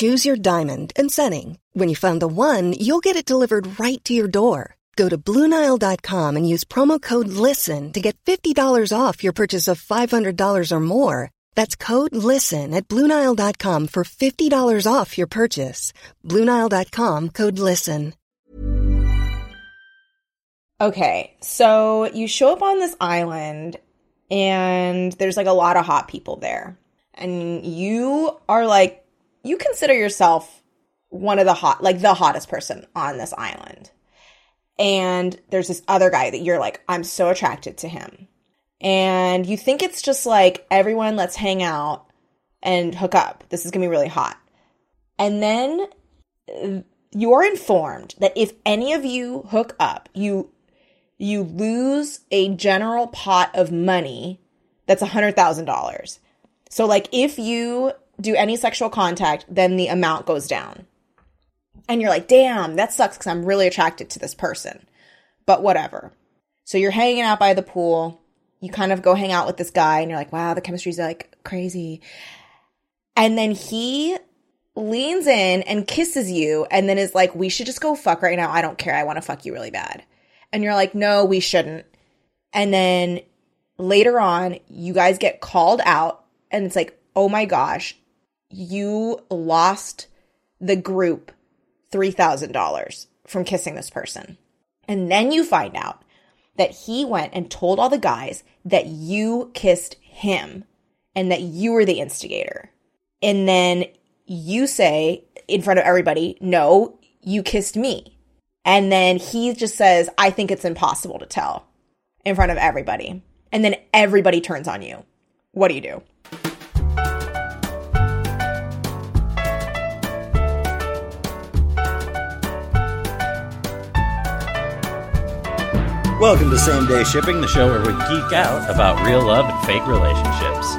Choose your diamond and setting. When you find the one, you'll get it delivered right to your door. Go to Bluenile.com and use promo code LISTEN to get $50 off your purchase of $500 or more. That's code LISTEN at Bluenile.com for $50 off your purchase. Bluenile.com code LISTEN. Okay, so you show up on this island and there's like a lot of hot people there. And you are like, you consider yourself one of the hot, like the hottest person on this island. And there's this other guy that you're like, I'm so attracted to him. And you think it's just like, everyone, let's hang out and hook up. This is gonna be really hot. And then uh, you're informed that if any of you hook up, you you lose a general pot of money that's $100,000. So like if you do any sexual contact, then the amount goes down. And you're like, "Damn, that sucks cuz I'm really attracted to this person." But whatever. So you're hanging out by the pool. You kind of go hang out with this guy and you're like, "Wow, the chemistry's like crazy." And then he leans in and kisses you and then is like, we should just go fuck right now. I don't care. I want to fuck you really bad. And you're like, no, we shouldn't. And then later on, you guys get called out and it's like, oh my gosh, you lost the group $3,000 from kissing this person. And then you find out that he went and told all the guys that you kissed him and that you were the instigator. And then you say in front of everybody, no, you kissed me. And then he just says, I think it's impossible to tell in front of everybody. And then everybody turns on you. What do you do? Welcome to Same Day Shipping, the show where we geek out about real love and fake relationships.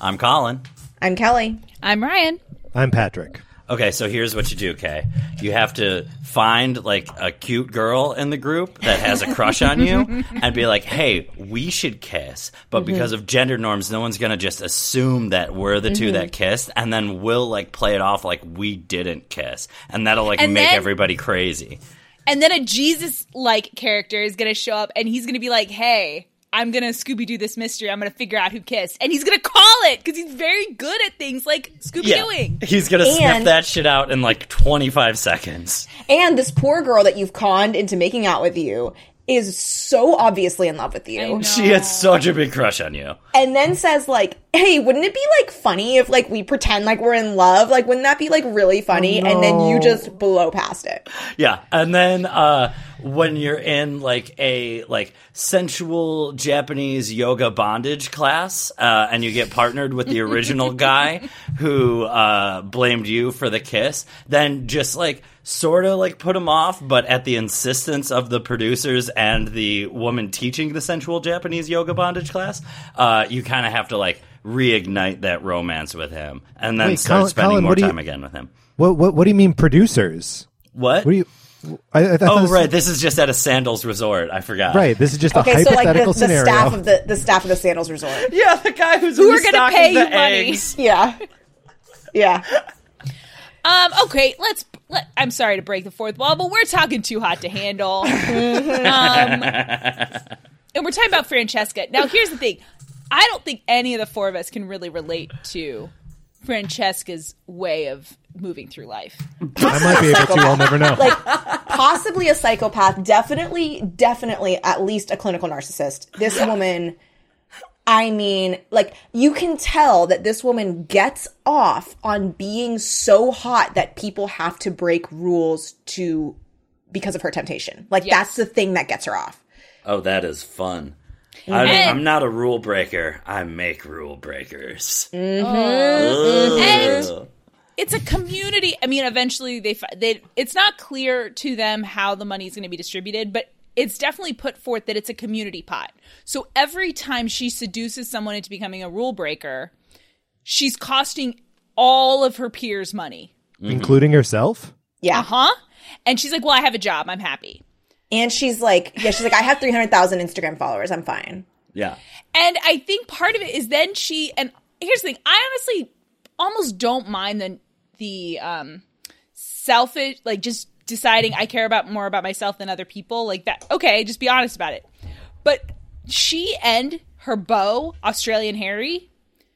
I'm Colin. I'm Kelly. I'm Ryan. I'm Patrick. Okay, so here's what you do, Kay. You have to find like a cute girl in the group that has a crush on you and be like, hey, we should kiss. But Mm-hmm. because of gender norms, no one's going to just assume that we're the 2 that Mm-hmm. kissed. And then we'll like play it off like we didn't kiss. And that'll like And make then- everybody crazy. And then a Jesus like character is going to show up and he's going to be like, hey, I'm going to Scooby Doo this mystery. I'm going to figure out who kissed. And he's going to call it because he's very good at things like Scooby Dooing. He's going to sniff And- that shit out in like 25 seconds. And this poor girl that you've conned into making out with you is so obviously in love with you. She had such a big crush on you. And then says like, "Hey, wouldn't it be like funny if like we pretend like we're in love? Like wouldn't that be like really funny?" And then you just blow past it. Yeah, and then uh, when you're in like a like sensual Japanese yoga bondage class, uh, and you get partnered with the original guy who uh, blamed you for the kiss, then just like sort of like put him off, but at the insistence of the producers and the woman teaching the sensual Japanese yoga bondage class, uh, you kind of have to like reignite that romance with him, and then Wait, start Colin- spending Colin, more what do you- time again with him. What what what do you mean producers? What? What do you I, I, I thought Oh this- right, this is just at a Sandals resort. I forgot. Right. This is just a Okay, so like the, hypothetical the scenario. staff of the the staff of the Sandals Resort. Yeah, the guy who's Who are gonna restocking pay the you money? eggs. Yeah, yeah. Um, okay, let's. Let, I'm sorry to break the fourth wall, but we're talking too hot to handle. um, and we're talking about Francesca. Now, here's the thing I don't think any of the four of us can really relate to Francesca's way of moving through life. I might be able to. I'll never know. Like possibly a psychopath. Definitely, definitely at least a clinical narcissist. This woman. I mean, like you can tell that this woman gets off on being so hot that people have to break rules to because of her temptation. Like that's the thing that gets her off. Oh, that is fun. I, Mm-hmm. And- I'm not a rule breaker. I make rule breakers. Mm-hmm. Mm. And it's a community. I mean, eventually they fi- they. It's not clear to them how the money is going to be distributed, but it's definitely put forth that it's a community pot. So every time she seduces someone into becoming a rule breaker, she's costing all of her peers money. Mm-hmm. Including herself? Yeah. Huh? And she's like, "Well, I have a job. I'm happy." And she's like, yeah, she's like, I have 300,000 Instagram followers. I'm fine. Yeah. And I think part of it is then she and here's the thing, I honestly almost don't mind the the um selfish like just deciding I care about more about myself than other people. Like that okay, just be honest about it. But she and her beau, Australian Harry,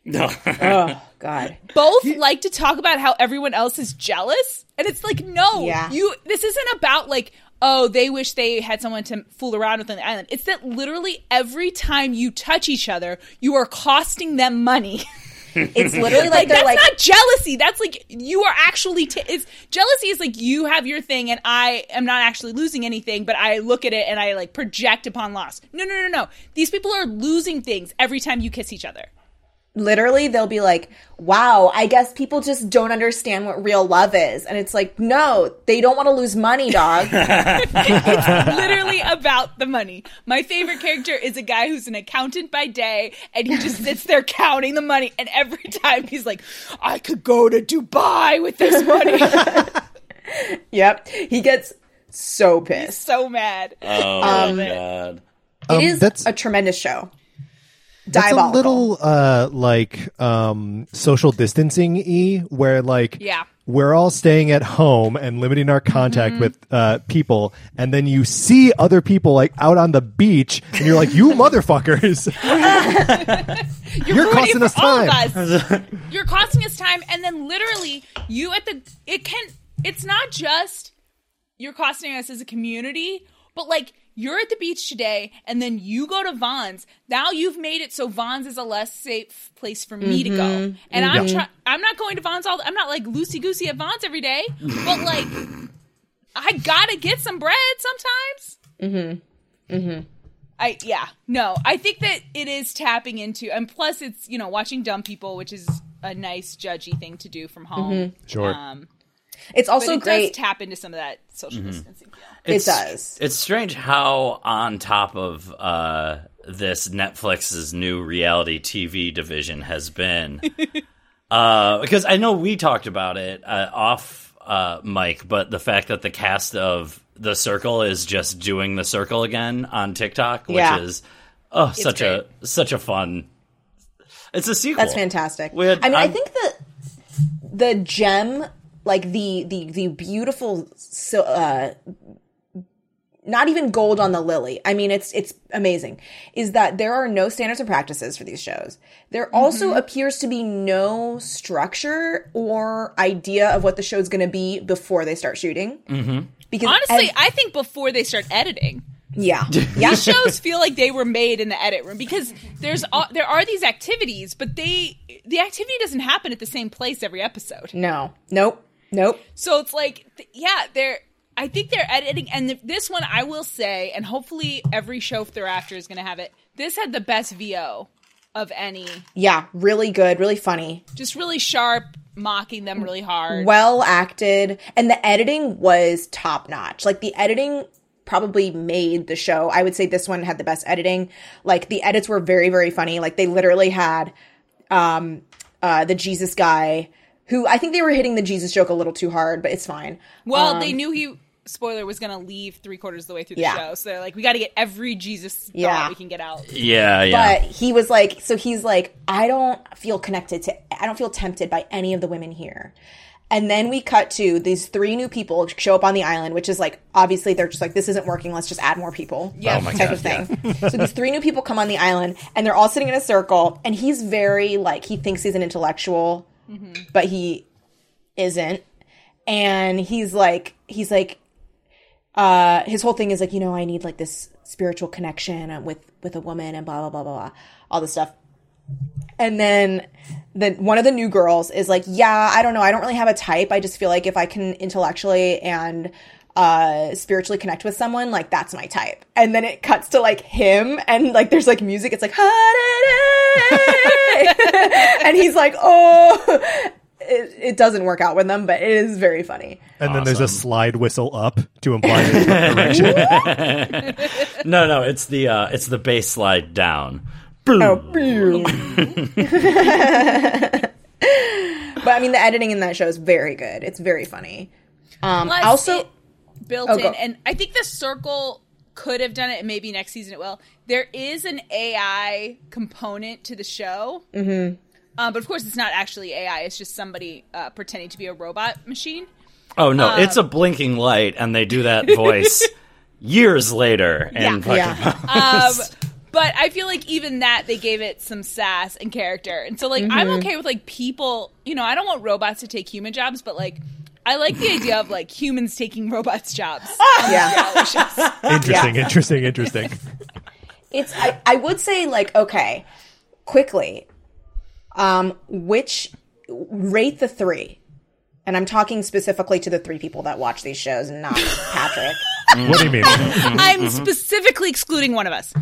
No. Oh, God. both like to talk about how everyone else is jealous. And it's like, no, Yeah. you this isn't about like Oh, they wish they had someone to fool around with on the island. It's that literally every time you touch each other, you are costing them money. It's literally like they're that's like, not jealousy. That's like you are actually. T- it's jealousy is like you have your thing, and I am not actually losing anything, but I look at it and I like project upon loss. No, no, no, no. These people are losing things every time you kiss each other. literally, they'll be like, wow, I guess people just don't understand what real love is. And it's like, no, they don't want to lose money, dog. Literally about the money. My favorite character is a guy who's an accountant by day, and he just sits there counting the money. And every time he's like, "I could go to Dubai with this money." yep. He gets so pissed. so mad. Uh, Oh my god. Um, it is that's a tremendous show. that's a Diabolical. little uh like um social distancing e where like Yeah. we're all staying at home and limiting our contact Mm-hmm. with uh people and then you see other people like out on the beach and you're like you motherfuckers You're, You're ruining it costing us for all time. Of us. You're costing us time, and then literally you at the it can. It's not just you're costing us as a community, but like you're at the beach today, and then you go to Vons. Now you've made it so Vons is a less safe place for me to go, and I'm try- I'm not going to Vons all. I'm not like loosey goosey at Vons every day, but like I gotta get some bread sometimes. I yeah no I think that it is tapping into and plus it's you know watching dumb people which is a nice judgy thing to do from home sure um It's but also it great. does tap into some of that social distancing feel. it It's- does. It's strange how on top of uh, this Netflix's new reality TV division has been, uh, because I know we talked about it uh, off uh, mic, but the fact that the cast of The Circle is just doing The Circle again on TikTok, which Yeah. is oh such a such a fun. It's a sequel. That's fantastic. We had- I mean, i I'm- think the the gem, like the the the beautiful, sil- uh, not even gold on the lily. I mean, it's it's amazing. Is that there are no standards and practices for these shows? There Mm-hmm. also appears to be no structure or idea of what the show's going to be before they start shooting. Mm-hmm. Because honestly ev- I think before they start editing yeah, yeah, shows feel like they were made in the edit room because there's all, there are these activities but they the activity doesn't happen at the same place every episode no, nope, nope. So it's like, th- yeah, they're. I think they're editing, and th- this one I will say, and hopefully every show thereafter is going to have it. This had the best VO of any, Yeah, really good, really funny. just really sharp, mocking them really hard. well acted and the editing was top notch like the editing probably made the show i would say this one had the best editing like the edits were very very funny like they literally had um uh the jesus guy who i think they were hitting the jesus joke a little too hard but it's fine Well, they knew he spoiler was going to leave three quarters of the way through the Um, Yeah. show. So they're like, we got to get every Jesus Yeah. thought we can get out. Yeah, But yeah. he was like, so he's like, I don't feel connected to, I don't feel tempted by any of the women here. And then we cut to these three new people show up on the island, which is like, obviously they're just like, this isn't working. Let's just add more people. Yeah. Oh my type God, of thing. so these three new people come on the island and they're all sitting in a circle. And he's very like, he thinks he's an intellectual, but he isn't. And he's like, he's like, uh, his whole thing is like, you know, I need like this spiritual connection uh, with with a woman and blah blah blah blah blah, all this stuff. And then the one of the new girls is like, yeah, I don't know, I don't really have a type. I just feel like if I can intellectually and uh spiritually connect with someone, like that's my type. And then it cuts to like him and like there's like music. It's like and he's like, oh. It, it doesn't work out with them, but it is very funny. And then there's a slide whistle up to imply there's an erection. no, no, it's the uh, it's the bass slide down. Oh, But I mean, the editing in that show is very good. It's very funny. Um, Plus, also, it built Oh, in, go. and I think the circle could have done it, and maybe next season it will. There is an AI component to the show, mm-hmm. um, but of course, it's not actually AI. It's just somebody uh, pretending to be a robot machine. Oh no, it's Um, a blinking light, and they do that voice years later. And fucking yeah, Um, but I feel like even that they gave it some sass and character, and so like I'm okay with like people. You know, I don't want robots to take human jobs, but like. I like the idea of like humans taking robots' jobs. yeah. Which is- Interesting, interesting, interesting. It's. I, I would say like okay, quickly. Um, which rate the three, and I'm talking specifically to the three people that watch these shows, and not Patrick. Mm. What do you mean? I'm specifically excluding one of us.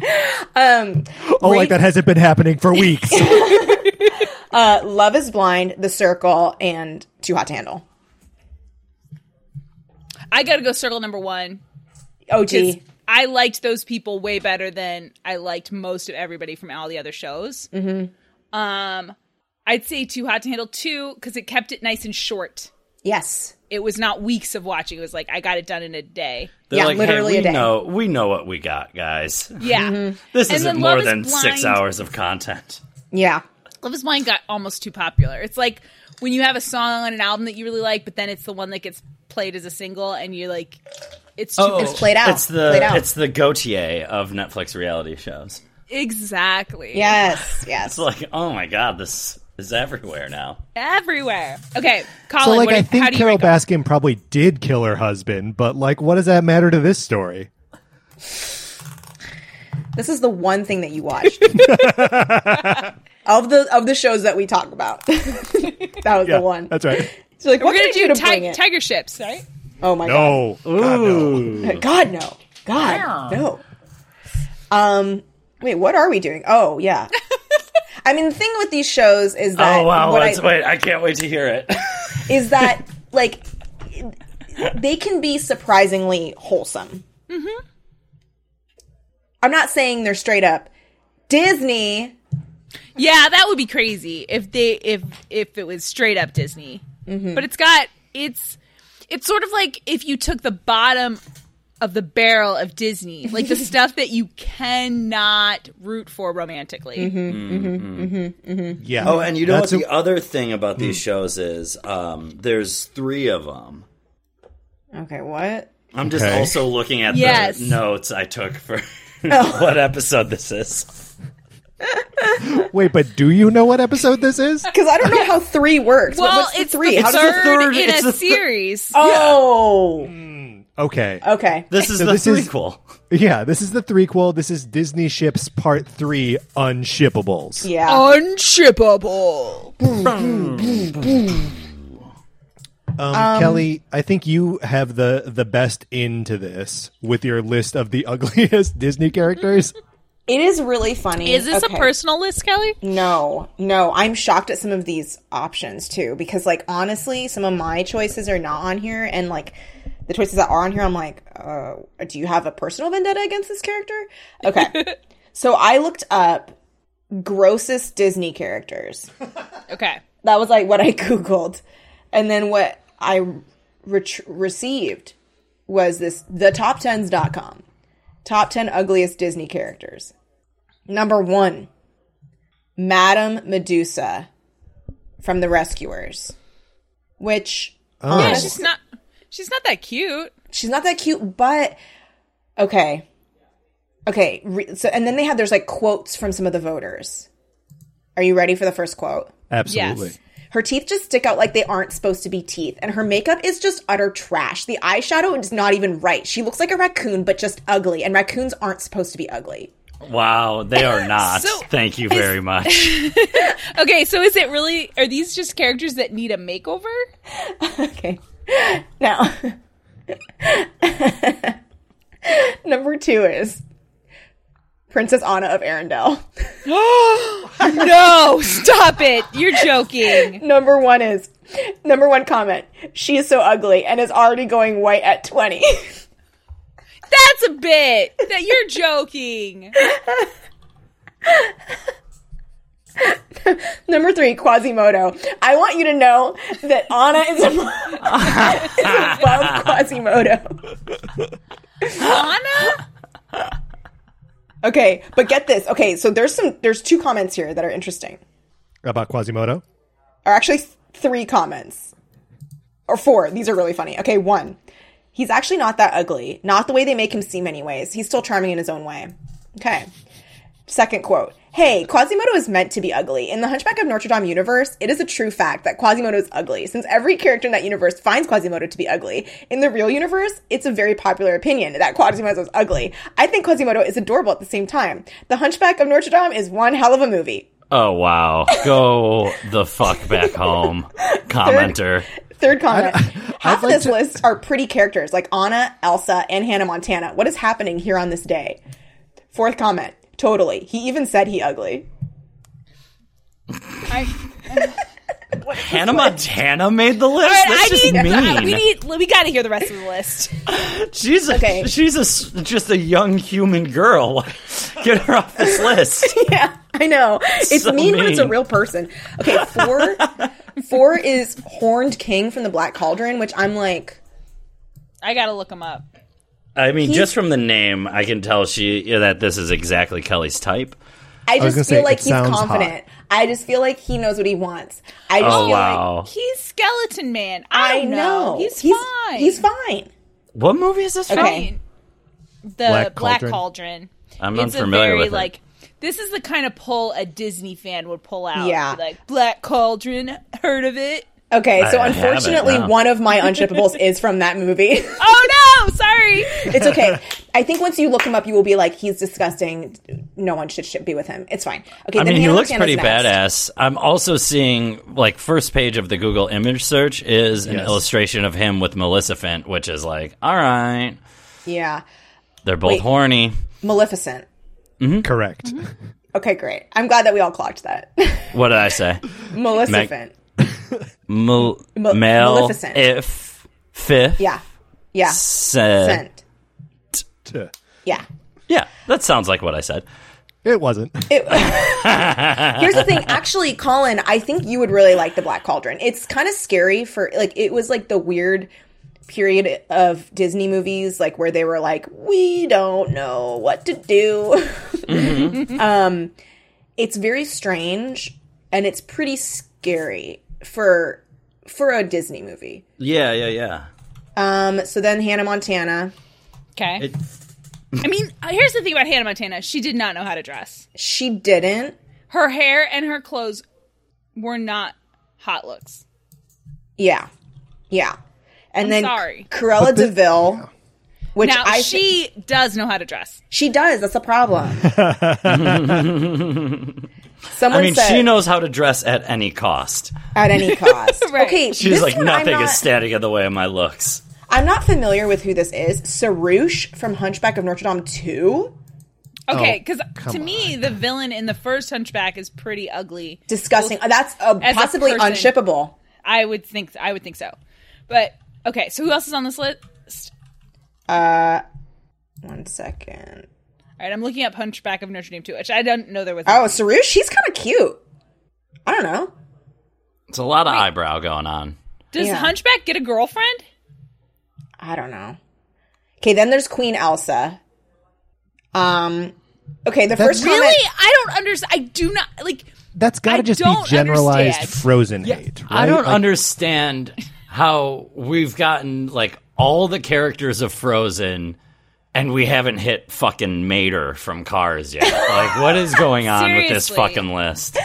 Um, Oh, like that hasn't been happening for weeks. Uh, Love is Blind, The Circle, and Too Hot to Handle. I gotta go circle number one. OG. 'cause I liked those people way better than I liked most of everybody from all the other shows. Mm-hmm. Um, I'd say Too Hot to Handle two because it kept it nice and short. Yes. It was not weeks of watching. It was like I got it done in a day. They're Yeah, like, literally hey, a we day. know we know what we got, guys. Yeah, This And isn't then more Love is than six Blind- hours of content. Yeah. Love Is Blind got almost too popular. It's like when you have a song on an album that you really like, but then it's the one that gets played as a single, and you're like, it's too Oh, It's played out. It's the Played out. it's the Gautier of Netflix reality shows. exactly Yes. Yes. It's like, oh my god, this is everywhere now. everywhere. Okay, Colin, so, like, what, I how think do you Carol rank 'em? Baskin probably did kill her husband, but, like, what does that matter to this story? This is the one thing that you watched of the of the shows that we talk about. that was the one. That's right. So like, what We're can I gonna do do to ti- bring it? tiger ships, right? oh my No. God, no. god! God no! God no! Um, wait, what are we doing? Oh yeah. I mean, the thing with these shows is that Oh wow, what let's I- wait, I can't wait to hear it. is that like they can be surprisingly wholesome. Mm-hmm. I'm not saying they're straight up Disney. Yeah, that would be crazy if they if if it was straight up Disney. Mm-hmm. But it's got it's it's sort of like if you took the bottom of the barrel of Disney, like the stuff that you cannot root for romantically. Yeah. Oh, and you know That's what? a- the other thing about these shows is um, there's three of them. Okay, what? I'm just Okay. also looking at Yes. Oh. the notes I took for what episode this is. uh, Wait, but do you know what episode this is? Because I don't know how three works. What- Well, what's the it's three? the How does third, it- third- in it's a the thi- series. Oh, Okay. okay. This is So the this is- prequel. Yeah, this is the threequel. This is Disney Ships Part 3 Unshippables. Yeah. Unshippable. Um, Kelly, I think you have the the best into this with your list of the ugliest Disney characters. It is really funny. Is this Okay. a personal list, Kelly? No, no. I'm shocked at some of these options too, because like honestly, some of my choices are not on here, and like the choices that are on here, I'm like, uh, do you have a personal vendetta against this character? Okay. so I looked up grossest Disney characters. Okay. That was like what I googled, and then what I ret- received was this the top10s.com. Top 10 ugliest Disney characters. Number 1, Madame Medusa from The Rescuers, which Yeah, she's not. She's not that cute. she's not that cute, but okay, okay. Re- so and then they had there's like quotes from some of the voters. Are you ready for the first quote? Absolutely. Yes. Her teeth just stick out like they aren't supposed to be teeth, and her makeup is just utter trash. The eyeshadow is not even right. She looks like a raccoon, but just ugly, and raccoons aren't supposed to be ugly. Wow, they are not. So- Thank you very much. Okay, so is it really? Are these just characters that need a makeover? Okay. Now, number two is Princess Anna of Arendelle. no, stop it! You're joking. Number one is number one comment. She is so ugly and is already going white at twenty. That's a bit. That you're joking. number three, Quasimodo. I want you to know that Anna is above, is above Quasimodo. Anna, Okay, but get this. Okay, so there's some there's two comments here that are interesting, About Quasimodo? or actually th- three comments, or four. These are really funny. Okay, one. He's actually not that ugly. Not the way they make him seem, anyways. He's still charming in his own way. Okay. Second quote. Hey, Quasimodo is meant to be ugly. In the Hunchback of Notre Dame universe, it is a true fact that Quasimodo is ugly, since every character in that universe finds Quasimodo to be ugly. In the real universe, it's a very popular opinion that Quasimodo is ugly. I think Quasimodo is adorable at the same time. The Hunchback of Notre Dame is one hell of a movie. Oh wow, go the fuck back home, commenter. Third comment. Half like of this to- list are pretty characters like Anna, Elsa, and Hannah Montana. What is happening here on this day? Fourth comment. Totally. He even said he ugly. I, Hannah Montana made the list. All right, That's I just need, uh, mean. we need. We got to hear the rest of the list. she's a, Okay. she's a s just a young human girl. Get her off this list. Yeah, I know. It's So mean, when it's a mean. real person. Okay, four four is Horned King from the Black Cauldron, which I'm like I got to look him up. I mean, just from the name, I can tell she yeah, that this is exactly Kelly's type. I was just feel gonna say, like it he's sounds hot. confident. I just feel like he knows what he wants. I just Oh feel like wow, He's Skeleton Man. I, I don't know. He's, fine. He's fine. what movie is this? From? Okay. The Black Black, Cauldron. Cauldron. I'm it's unfamiliar a very, with it. like this is the kind of pull a Disney fan would pull out. Yeah. Be like Black Cauldron, heard of it? Okay, so I haven't, unfortunately no. one of my unshippables is from that movie. Oh no, sorry. it's okay. I think once you look him up you will be like he's disgusting. No one should, should be with him. It's fine. Okay, I mean, then he Hannah looks Montana's pretty next. badass. I'm also seeing like first page of the Google image search is an Yes. illustration of him with Melissa Fent, which is like, all right, Yeah. they're both Wait. horny. Maleficent. Correct. Okay, great. I'm glad that we all clocked that. What did I say? Maleficent. Mal- Ma- male Maleficent. if fifth Yeah. Yeah. cent. Cent. Tuh. Yeah. Yeah, that sounds like what I said. It wasn't. Here's the thing. Actually, Colin, I think you would really like the Black Cauldron. It's kind of scary for like it was like the weird period of Disney movies, like where they were like, we don't know what to do. um, it's very strange and it's pretty scary for for a Disney movie. Yeah, yeah, yeah. Um, so then Hannah Montana, Okay. It- I mean, here's the thing about Hannah Montana. She did not know how to dress. she didn't. Her hair and her clothes were not hot looks. Yeah, yeah. And then sorry. Cruella Deville, which Now I she she does know how to dress. she does. That's a problem. Someone I mean, said she knows how to dress at any cost. at any cost. Right. Okay, She's this like, one nothing I'm not, is standing in the way of my looks. I'm not familiar with who this is. Sarouche from Hunchback of Notre Dame Two. Oh, Okay, because to me, the villain in the first Hunchback is pretty ugly. Disgusting. That's uh, As a possibly person. unshippable. I would think I would think so. But okay, so who else is on this list? One second. All right, I'm looking up Hunchback of Notre Dame too, which I don't know there was. Oh, Sarouche. She's kind of cute. I don't know. It's a lot of eyebrow going on. Does yeah. Hunchback get a girlfriend? I don't know. Okay, then there's Queen Elsa. Um, okay, the first Really? comment. I don't understand. I do not like. That's got I to just be don't generalized understand. frozen hate. Right? I don't Like, understand how we've gotten like all the characters of Frozen and we haven't hit fucking Mater from Cars yet. Like what is going on with this Seriously. fucking list?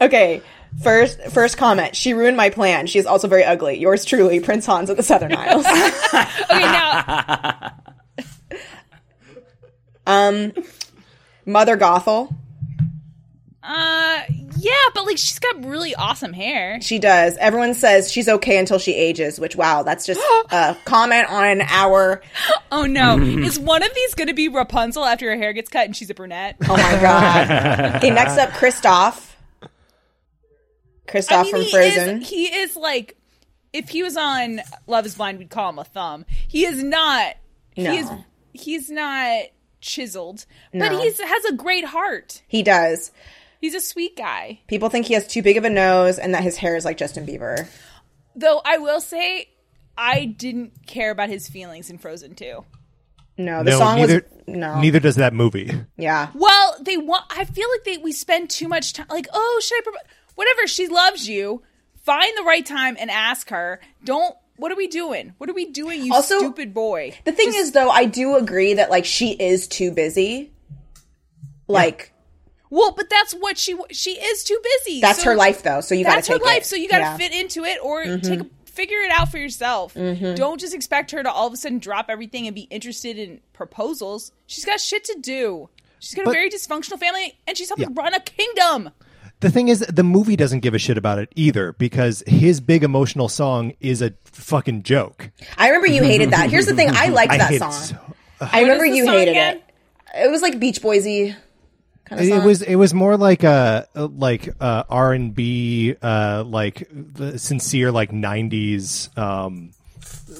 Okay, first first comment. She ruined my plan. She is also very ugly. Yours truly, Prince Hans of the Southern Isles. Okay, now Mother Gothel. uh, yeah, but like she's got really awesome hair. She does. Everyone says she's okay until she ages, which wow, that's just a comment on our Oh no, is one of these going to be Rapunzel after her hair gets cut and she's a brunette? Oh my god. okay, next up Kristoff. Kristoff from he Frozen. Is, he is like, if he was on Love Is Blind, we'd call him a thumb. He is not. No. He is. He's not chiseled, but he's has a great heart. he does. He's a sweet guy. People think he has too big of a nose and that his hair is like Justin Bieber. Though I will say, I didn't care about his feelings in Frozen 2. No, the No, song neither, was no. neither does that movie. Yeah. Well, they want. I feel like they we spend too much time. Like, oh, should I? Propo-? Whatever. She loves you. Find the right time and ask her. Don't. What are we doing? What are we doing? You Also- stupid boy. The thing is though, I do agree that like she is too busy. Like Well, but that's what she she is too busy. that's So her life though, so you got to That's take her life. it. So you got to Yeah. Mm-hmm. fit into it or take a, figure it out for yourself. Don't just expect her to all of a sudden drop everything and be interested in proposals. She's got shit to do. She's got a But- very dysfunctional family, and she's helping run a kingdom. The thing is, the movie doesn't give a shit about it either because his big emotional song is a fucking joke. I remember you hated that. Here's the thing, I liked I that hate it song. so- I remember is the you song hated again? it. It was like Beach Boysy. It, it was it was more like a like uh, R and B uh, like the sincere like nineties um,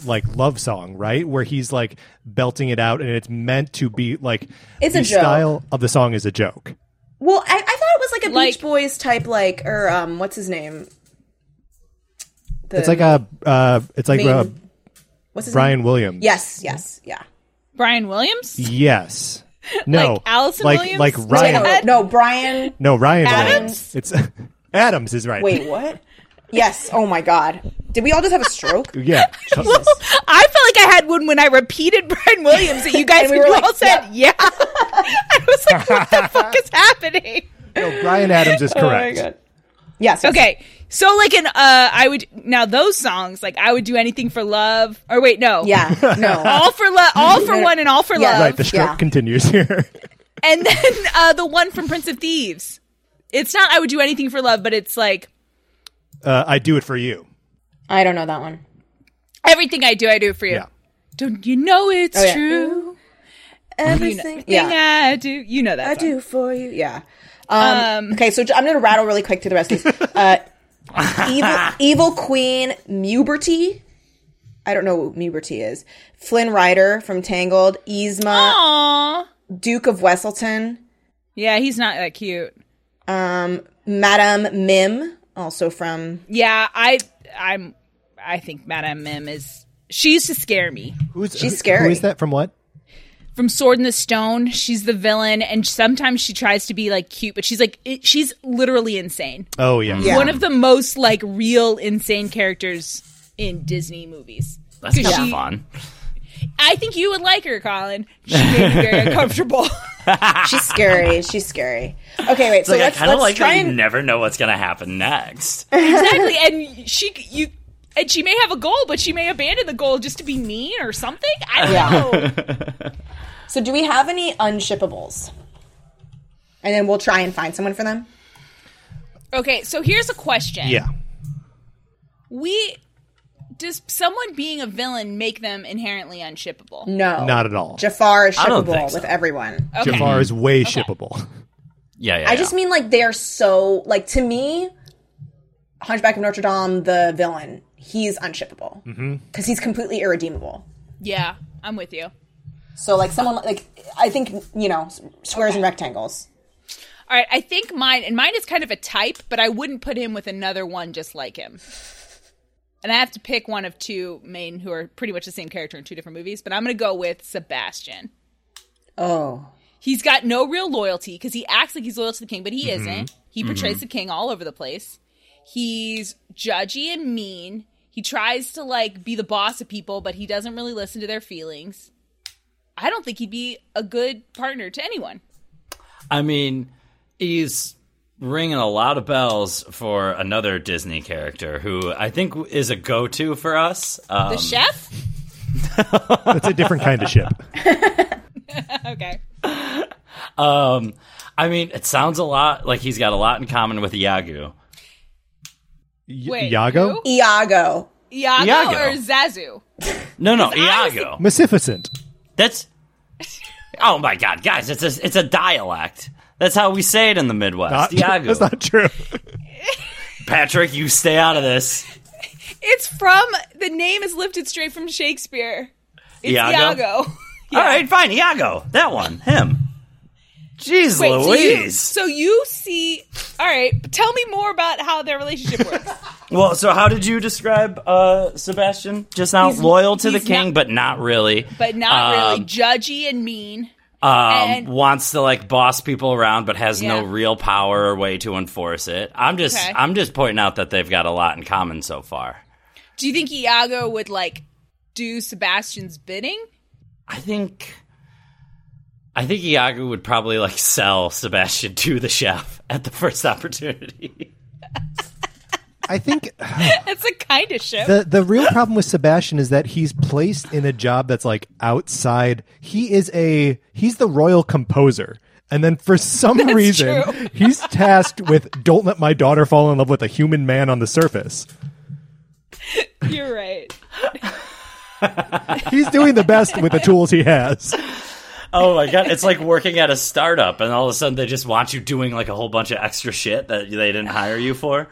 like love song right where he's like belting it out and it's meant to be like It's a the joke. style of the song is a joke. Well, I, I thought it was like a Like- Beach Boys type, like or um, what's his name? The- It's like a uh, it's like Main- uh, what's his Brian Name? Williams. Yes, yes, yeah. Brian Williams. Yes. No. Like Allison like, Williams? Like Wait, Ryan. No, no, Brian. No, Ryan Adams? Williams. It's Adams is right. Wait, what? Yes. Oh my God. Did we all just have a stroke? Yeah. Jesus. I felt like I had one when I repeated Brian Williams that you guys And we you were like, all said yeah. I was like, what the fuck is happening? No, Brian Adams Oh is correct. Yes. yes. Okay. So like in uh I would now those songs, like I would do anything for love. Or wait, no. Yeah. No. All for love all for one and all for Yeah. love. Right, the stroke Yeah. continues here. And then uh the one from Prince of Thieves. It's not I would do anything for love, but it's like Uh, I do it for you. I don't know that one. everything I do, I do for you. Yeah. Don't you know it's Oh, yeah. true? Everything. Yeah. Yeah, I do. You know that. I song. do for you. Yeah. Um, okay, so j- I'm gonna rattle really quick through the rest of these. Uh, evil, evil Queen Muberty. I don't know what Muberty is. Flynn Rider from Tangled. Yzma. Oh. Aw. Duke of Wesselton, Yeah, he's not that cute. Madame Mim, also from Yeah, I I'm I think Madame Mim is she used to scare me. Who's She's who- scary. Who is that from what? From Sword in the Stone, she's the villain and sometimes she tries to be like cute, but she's like it, she's literally insane. Oh yeah. Yeah. One of the most like real insane characters in Disney movies. That's 'Cause not she- fun. I think you would like her, Colin. She made me very uncomfortable. she's scary. She's scary. Okay, wait. So Like let's I kind of let's like try that you and never know what's gonna happen next. exactly, and she you and she may have a goal, but she may abandon the goal just to be mean or something. I don't know. so do we have any unshippables? And then we'll try and find someone for them. Okay, so here's a question. Yeah. we does someone being a villain make them inherently unshippable? No, Not at all. Jafar is I don't shippable think so. with everyone. Okay. Jafar is way shippable. Yeah, yeah. I just yeah. mean like they are so like to me, Hunchback of Notre Dame, the villain, he's unshippable because he's completely irredeemable. Yeah, I'm with you. All So like someone like I think you know squares and rectangles. right, I think mine and mine is kind of a type, but I wouldn't put him with another one just like him. and I have to pick one of two main who are pretty much the same character in two different movies, but I'm going to go with Sebastian. Oh. He's got no real loyalty because he acts like he's loyal to the king, but he isn't. He portrays the king all over the place. He's judgy and mean. He tries to like be the boss of people, but he doesn't really listen to their feelings. I don't think he'd be a good partner to anyone. I mean, he's ringing a lot of bells for another Disney character who I think is a go-to for us. Uh, The chef? That's a different kind of ship. Okay. um, I mean, it sounds a lot like he's got a lot in common with Iago. Y- Wait, Iago? who? Iago. Iago, Iago. or Zazu? No, no, Iago. Maleficent. That's oh my god, guys! It's a it's a dialect. That's how we say it in the Not- Midwest. Iago. That's not true. Patrick, you stay out of this. It's from the name is lifted straight from Shakespeare. It's Iago? Iago. All right, fine, Iago. That one, him. Jeez Wait, so you, Louise. so you see? All right, but tell me more about how their relationship works. Well, so how did you describe uh, Sebastian just now? He's- Loyal to the he's king, not- but not really. but not really Um, judgy and mean. um, and- wants to like boss people around, but has no Yeah. real power or way to enforce it. I'm just, Okay. I'm just pointing out that they've got a lot in common so far. Do you think Iago would like do Sebastian's bidding? I think, I think Iago would probably like sell Sebastian to the chef at the first opportunity. I think It's a kind of ship. the the real problem with Sebastian is that he's placed in a job that's like outside. He is a he's the royal composer. And then for some reason, true. he's tasked with don't let my daughter fall in love with a human man on the surface. You're right. He's doing the best with the tools he has. Oh my god, it's like working at a startup, and all of a sudden they just want you doing like a whole bunch of extra shit that they didn't hire you for.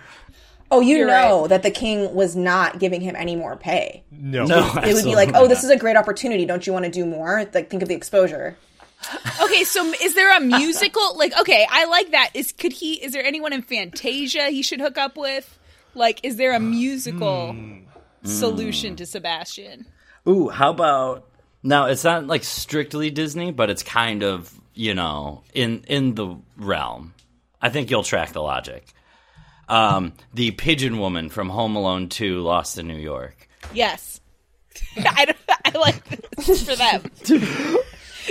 Oh, you You're know that the king was not giving him any more pay. No. No, It would be absolutely like, oh, not. this is a great opportunity. Don't you want to do more? Like, think of the exposure. Okay, so is there a musical? Like, okay, I like that. Is could he? Is there anyone in Fantasia he should hook up with? Like, is there a musical solution to Sebastian? Ooh, how about now? It's not like strictly Disney, but it's kind of you know in in the realm. I think you'll track the logic. Um, the pigeon woman from Home Alone Two, Lost in New York. Yes. I, don't, I like this for them.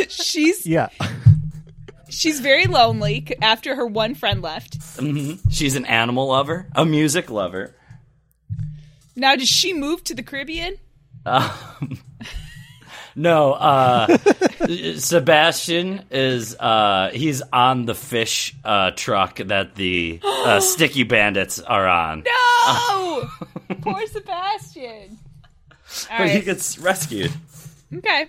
She's Yeah. she's very lonely c- after her one friend left. She's an animal lover, a music lover. Now, does she move to the Caribbean? No, uh, Sebastian is uh, he's on the fish uh, truck that the uh, sticky bandits are on, No, poor Sebastian. All but he right, gets rescued. okay.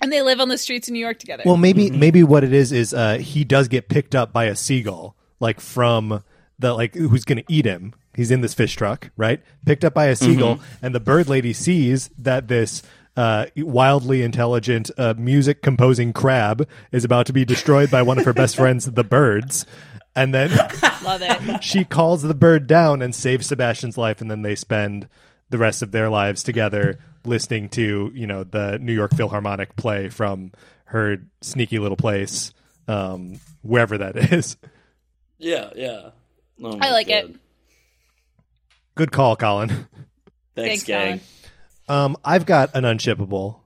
And they live on the streets of New York together. Well, maybe maybe what it is is uh, he does get picked up by a seagull, like from the like who's going to eat him. He's in this fish truck, right? Picked up by a seagull, and the bird lady sees that this uh, wildly intelligent uh, music composing crab is about to be destroyed by one of her best friends, the birds, and then Love it. she calls the bird down and saves Sebastian's life, and then they spend the rest of their lives together listening to you know the New York Philharmonic play from her sneaky little place, um, wherever that is. Yeah, yeah. Oh I like it. Good call, Colin. Thanks, Thanks, Colin. gang. Um, I've got an unshippable.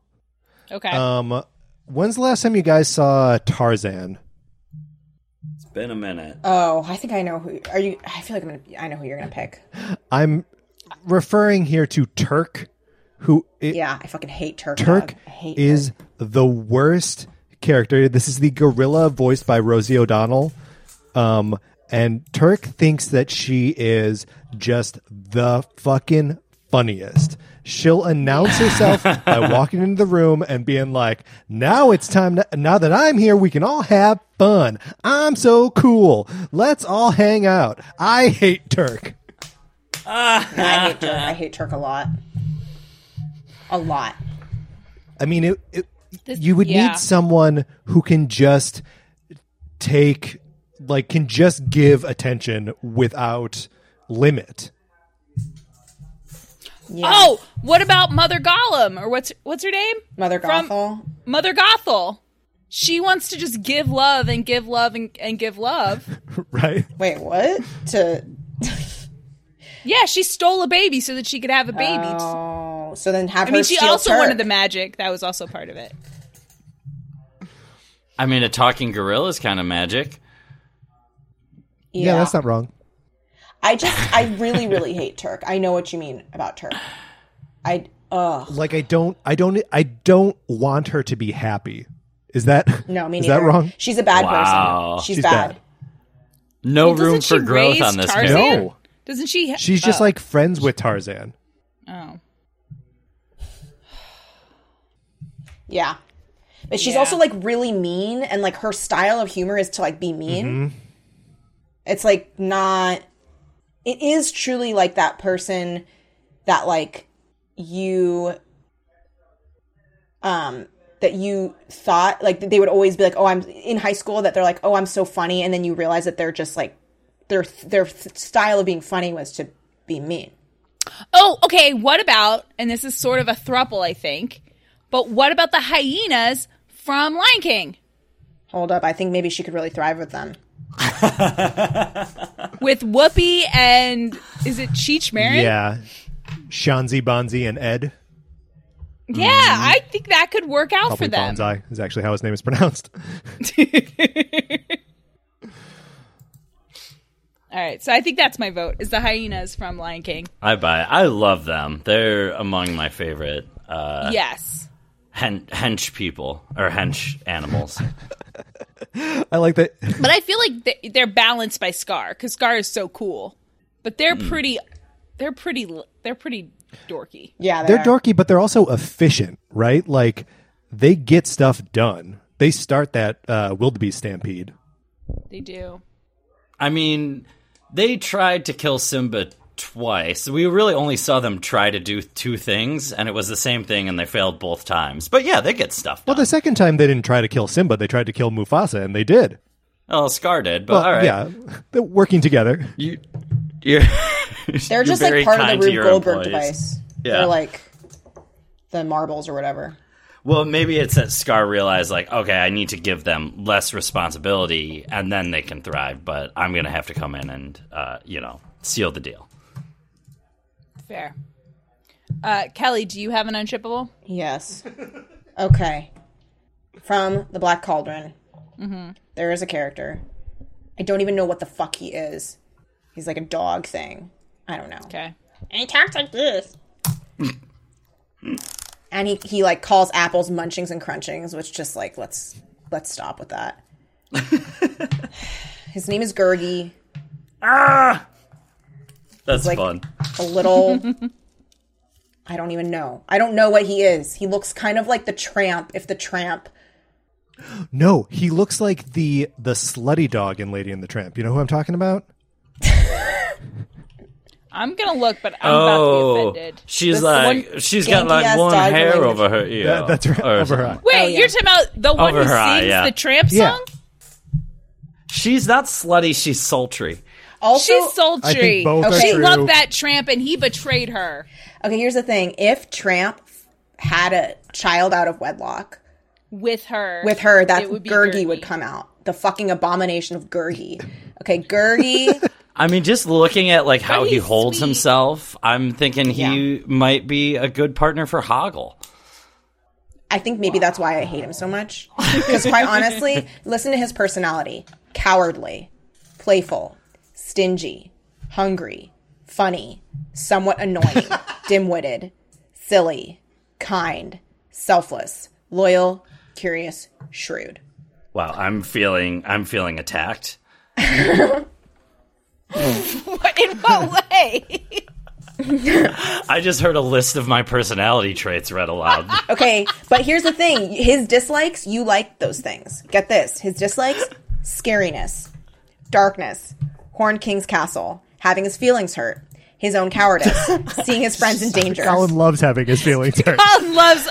Okay. Um, when's the last time you guys saw Tarzan? It's been a minute. Oh, I think I know who. Are you? I feel like I'm gonna. I know who you're gonna pick. I'm referring here to Turk, who i- Yeah, I fucking hate Turk. Turk dog. I hate is the worst character. This is the gorilla voiced by Rosie O'Donnell. Um, and Turk thinks that she is just the fucking funniest. She'll announce herself by walking into the room and being like, "Now it's time to, now that I'm here, we can all have fun. I'm so cool. Let's all hang out. I hate Turk." Turk. I hate Turk. I hate Turk a lot. A lot. I mean, it, it, you would yeah. need someone who can just take, like, can just give attention without limit. Oh, what about Mother Gollum or what's what's her name? Mother From- Gothel. Mother Gothel. She wants to just give love and give love and, and give love. right? Wait, what? To Yeah, she stole a baby so that she could have a baby. oh, so then have I her mean, she steal also Turk. wanted the magic. That was also part of it. I mean, a talking gorilla is kind of magic. Yeah. that's not wrong. I just, I really, really hate Turk. I know what you mean about Turk. I, ugh. Like I don't, I don't, I don't want her to be happy. Is that No, me is neither. that wrong? She's a bad Wow. person. She's, She's bad. bad. No Well, doesn't room for she growth raise on this. Tarzan? character. No, Doesn't she? ha- she's just Uh, oh. like friends with Tarzan. oh. Yeah. But she's Yeah. also like really mean and like her style of humor is to like be mean. It's like not it is truly like that person that like you um that you thought like they would always be like oh I'm in high school that they're like oh I'm so funny and then you realize that they're just like their their style of being funny was to be mean. Oh, okay. What about? And this is sort of a thruple, I think. But what about the hyenas from Lion King Hold up, I think maybe she could really thrive with them. with Whoopi and is it Cheech Marin? Yeah, Shanzi, Bonzi, and Ed. Yeah, I think that could work out Probably for them. Bonzai is actually how his name is pronounced. All right, so I think that's my vote. Is the hyenas from Lion King? I buy. it. I love them. They're among my favorite uh, yes. hen- hench people or hench animals. I like that. But I feel like they- they're balanced by Scar because Scar is so cool. But they're Mm. pretty, they're pretty, they're pretty dorky. Yeah, They're are. dorky, but they're also efficient, right? Like they get stuff done. They start that uh, wildebeest stampede. They do. I mean, they tried to kill Simba twice. We really only saw them try to do two things, and it was the same thing, and they failed both times. But yeah, they get stuff Well, done. the second time they didn't try to kill Simba, they tried to kill Mufasa, and they did. Oh, Scar did, but Well, all right. yeah, they're working together. You, you're, They're you're just very like part of kind the to Rube your Goldberg employees. device. Yeah. They're like the marbles or whatever. Well, maybe it's that Scar realized, like, okay, I need to give them less responsibility, and then they can thrive. But I'm gonna have to come in and, uh, you know, seal the deal. Fair. Uh, Kelly, do you have an unshippable? Yes. Okay. From the Black Cauldron, there is a character. I don't even know what the fuck he is. He's like a dog thing. I don't know. Okay. And he talks like this. and he, he like calls apples munchings and crunchings, which just like let's let's stop with that. His name is Gurgi. That's Like- fun. a little I don't even know. I don't know what he is. He looks kind of like the tramp if the tramp No, he looks like the the slutty dog in Lady and the Tramp. You know who I'm talking about? I'm gonna look, but I'm Oh, about to be offended. she's This like one she's got ganky-ass like one dog hair related- over her ear. That- that's right. or Over her something. eye. Wait, yeah. you're talking about the one Over who her eye, sings yeah. the tramp Yeah. song? She's not slutty. She's sultry. also She's sultry. I think both Okay. are She true. loved that tramp, and he betrayed her. Okay, here's the thing. If tramp had a child out of wedlock with her. with her, that it Gurgi be would come out. The fucking abomination of Gurgi. Okay, Gurgi I mean, just looking at like how he he's holds sweet. himself, I'm thinking he might be a good partner for Hoggle. I think maybe that's why I hate him so much. Because quite honestly, listen to his personality cowardly, playful, stingy, hungry, funny, somewhat annoying, dim witted, silly, kind, selfless, loyal, curious, shrewd. Wow, I'm feeling I'm feeling attacked. What- In what way? I just heard a list of my personality traits read aloud. Okay, but here's the thing his dislikes, you like those things. Get this his dislikes, scariness, darkness, Horn King's castle, having his feelings hurt, his own cowardice, seeing his friends in danger. Colin loves having his feelings hurt. Colin loves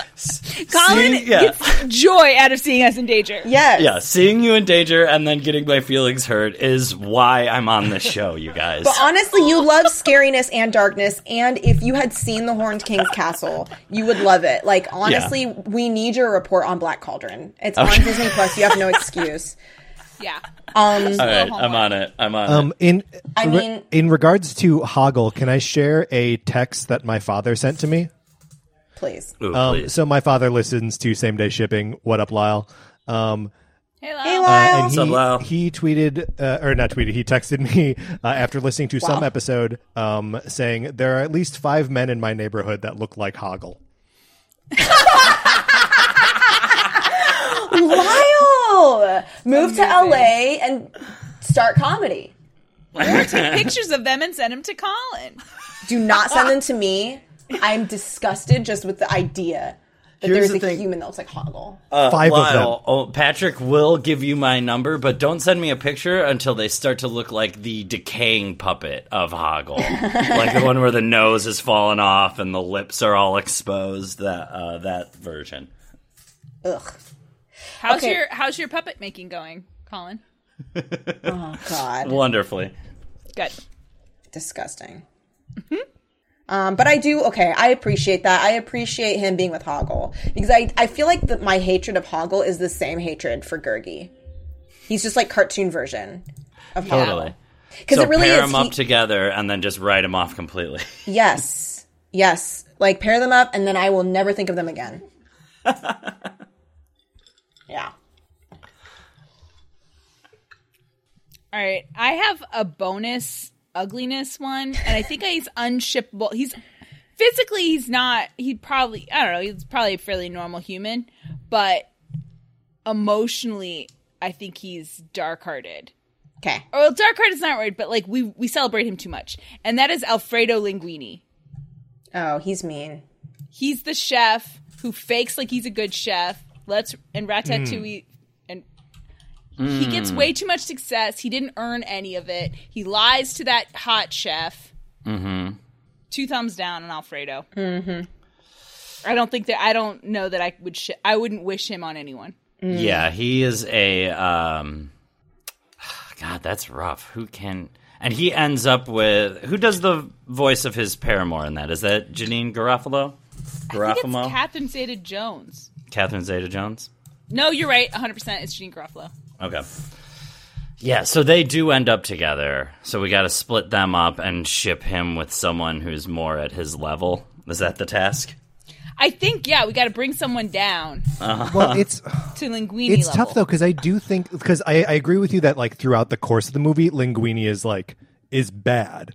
Colin See? Yeah. gets joy out of seeing us in danger. Yes. Yeah, seeing you in danger and then getting my feelings hurt is why I'm on this show, you guys. But honestly, you love scariness and darkness. And if you had seen the Horned King's castle, you would love it. Like, honestly, we need your report on Black Cauldron. It's on Disney Plus. You have no excuse. Yeah. Um, All right, I'm on it. I'm on Um, in I re- mean- in regards to Hoggle, can I share a text that my father sent to me? please. it. Ooh, Um, please. so my father listens to same day shipping. What up, Lyle? Um, Hey, Hey, Lyle. uh, Lyle. and he, up, Lyle? he tweeted uh, or not tweeted. He texted me uh, after listening to some episode, um, saying there are at least five men in my neighborhood that look like Hoggle. Lyle! Move to LA and start comedy. Take pictures of them and send them to Colin. Do not send them to me. I'm disgusted just with the idea that Here's there's the a thing. Uh, human that looks like Hoggle. Five Lyle, of them. Oh, Patrick will give you my number, but don't send me a picture until they start to look like the decaying puppet of Hoggle, like the one where the nose is falling off and the lips are all exposed. That uh, that version. Ugh. How's Okay. your How's your puppet making going, Colin? God. Wonderfully. Good. Disgusting. Um, but I do okay. I appreciate that. I appreciate him being with Hoggle because I, I feel like that my hatred of Hoggle is the same hatred for Gurgi. He's just like cartoon version of Hoggle Totally. because so it really pair is. them up he- together and then just write them off completely. Yes. Yes. Like pair them up and then I will never think of them again. yeah. All right. I have a bonus ugliness one, and I think he's unshippable. He's physically he's not. He probably I don't know. He's probably a fairly normal human, but emotionally, I think he's dark hearted. Okay. Or well, dark hearted is not right, but like we we celebrate him too much, and that is Alfredo Linguini. Oh, he's mean. he's the chef who fakes like he's a good chef. Let's and Ratatouille and he gets way too much success. He didn't earn any of it. He lies to that hot chef. Mm-hmm. Two thumbs down on Alfredo. Mm-hmm. I don't think that I don't know that I would. Sh- I wouldn't wish him on anyone. Yeah, he is a um God, that's rough. Who can and he ends up with who does the voice of his paramour in that? Is that Janine Garofalo? I think Garofamo? it's Catherine Zeta Jones. Catherine Zeta Jones? No, you're right. 100. percent It's Jean Garofalo. Okay. Yeah, so they do end up together. So we gotta split them up and ship him with someone who's more at his level. Is that the task? I think yeah, we got to bring someone down Well, it's to Linguini. it's level. tough though because I do think because I, I agree with you that like throughout the course of the movie, Linguini is like is bad,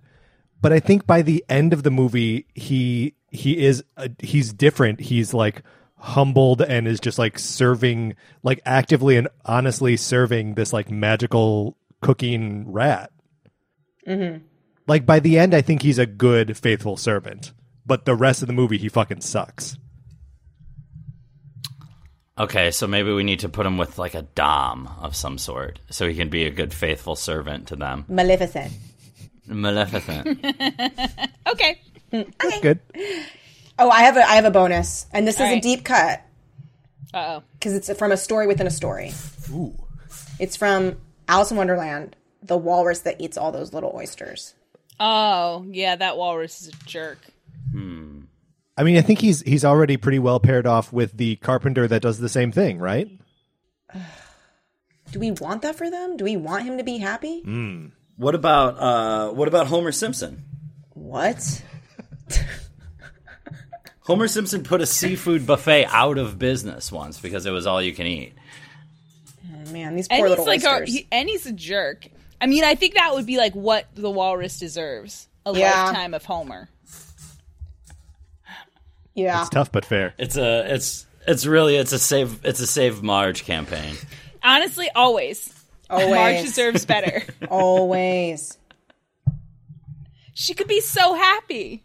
but I think by the end of the movie, he he is uh, he's different. He's like humbled and is just like serving like actively and honestly serving this like magical cooking rat. Like by the end, I think he's a good faithful servant, but the rest of the movie, he fucking sucks. Okay, so maybe we need to put him with like a Dom of some sort so he can be a good faithful servant to them. Maleficent. Maleficent. Okay. That's good. Oh, I have a I have a bonus. And this is a right. deep cut Uh oh. because it's from a story within a story. Ooh. It's from Alice in Wonderland, the walrus that eats all those little oysters. Oh yeah, that walrus is a jerk. I mean, I think he's he's already pretty well paired off with the carpenter that does the same thing, right? Do we want that for them? Do we want him to be happy? What about uh, what about Homer Simpson? What? Homer Simpson put a seafood buffet out of business once because it was all you can eat. Oh, Man, these poor and he's little like a, oysters. he, and he's a jerk i mean i think that would be like what the walrus deserves a Yeah. lifetime of homer yeah. It's tough but fair. It's a it's it's really it's a save it's a save Marge campaign. honestly always marge Always. deserves better Always. she could be so happy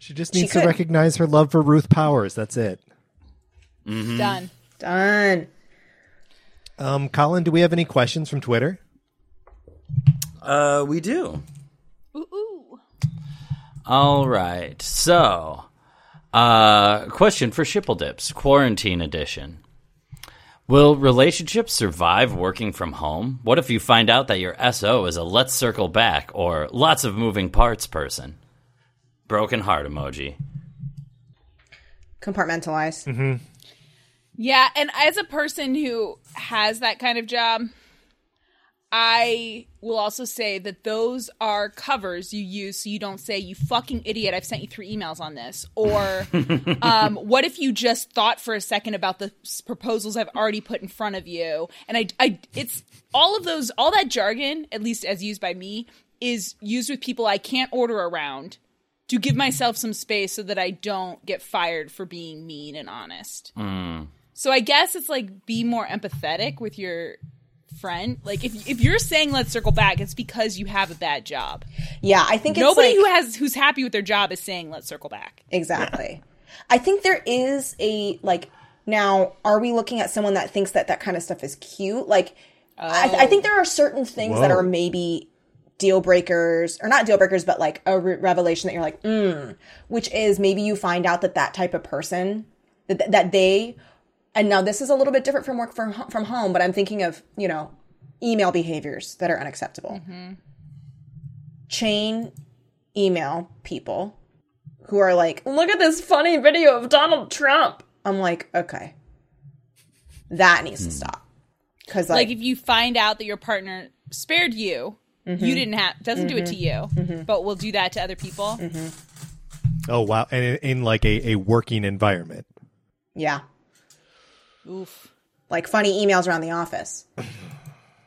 She just needs to could. recognize her love for Ruth Powers. That's it. done Done. Um, Colin, do we have any questions from Twitter? Uh, we do. ooh, ooh. All right. So, uh, question for Shipple Dips, Quarantine Edition. Will relationships survive working from home? What if you find out that your SO is a let's circle back or lots of moving parts person? Broken heart emoji. Compartmentalize. Yeah, and as a person who has that kind of job, I will also say that those are covers you use so you don't say, you fucking idiot, I've sent you three emails on this. Or, um, what if you just thought for a second about the s- proposals I've already put in front of you? And I, I, it's all of those, all that jargon, at least as used by me, is used with people I can't order around to give myself some space so that I don't get fired for being mean and honest. So I guess it's like be more empathetic with your friend. Like if if you're saying let's circle back, it's because you have a bad job. Yeah, I think it's Nobody like- who has who's happy with their job is saying let's circle back. Exactly. I think there is a like now are we looking at someone that thinks that that kind of stuff is cute? Like I, I think Oh. there are certain things that Whoa. are maybe deal breakers or not deal breakers but like a re- revelation that you're like mm which is maybe you find out that that type of person that, that they and now this is a little bit different from work from, from home but i'm thinking of you know email behaviors that are unacceptable Mm-hmm. chain email people who are like, look at this funny video of Donald Trump. I'm like, okay, that needs to stop. Because like, Like if you find out that your partner spared you, Mm-hmm. you didn't have doesn't do it to you, but will do that to other people. Mm-hmm. Oh wow, and in, in like a, a working environment. yeah, Oof. like funny emails around the office.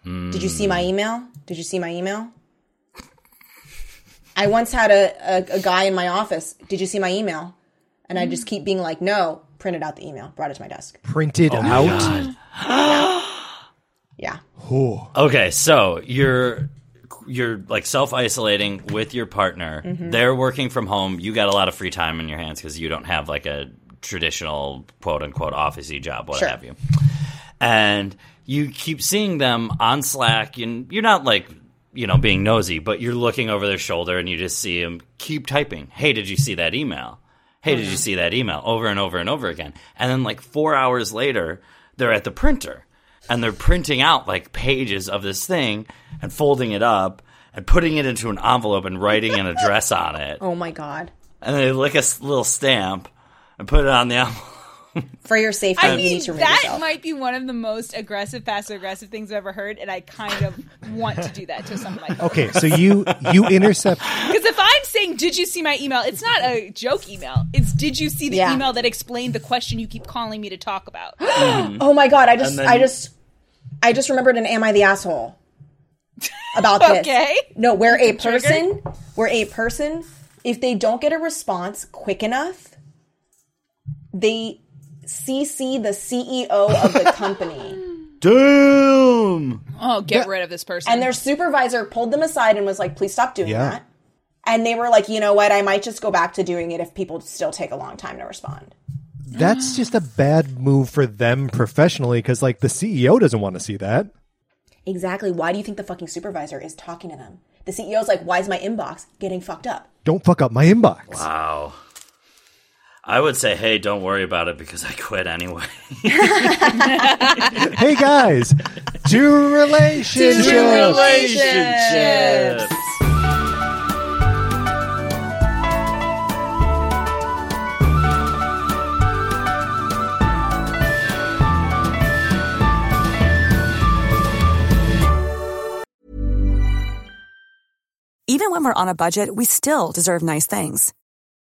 Did you see my email? Did you see my email? I once had a, a, a guy in my office. Did you see my email? And I Hmm. just keep being like, no. Printed out the email, brought it to my desk. Printed out. Yeah, Okay, so you're you're like self isolating with your partner. They're working from home. You got a lot of free time in your hands because you don't have like a traditional quote unquote officey job, what Sure. have you. And you keep seeing them on Slack, and you're not like you know being nosy, but you're looking over their shoulder and you just see them keep typing. Hey, did you see that email? Hey, did you see that email? Over and over and over again. And then like four hours later, they're at the printer and they're printing out like pages of this thing and folding it up and putting it into an envelope and writing an address on it. Oh my god. And they lick a s- little stamp and put it on the envelope. For your safety, I you mean need to remove that yourself. might be one of the most aggressive, passive aggressive things I've ever heard, and I kind of want to do that to someone like Okay, so you you intercept. Because if I'm saying, "Did you see my email?" It's not a joke email. It's, "Did you see the Yeah. email that explained the question you keep calling me to talk about?" Oh my god, I just then- I just I just remembered an am I the asshole about this. Okay. No, where a person where a person if they don't get a response quick enough, they CC the CEO of the company. Damn! oh, get rid of this person. and their supervisor pulled them aside and was like, "Please stop doing Yeah. that." And they were like, "You know what? I might just go back to doing it if people still take a long time to respond." That's just a bad move for them professionally because like the CEO doesn't want to see that. Exactly. Why do you think the fucking supervisor is talking to them? The CEO's like, "Why is my inbox getting fucked up?" Don't fuck up my inbox. Wow. I would say, hey, don't worry about it because I quit anyway. Hey guys, do relationships. Relationships. Even when we're on a budget, we still deserve nice things.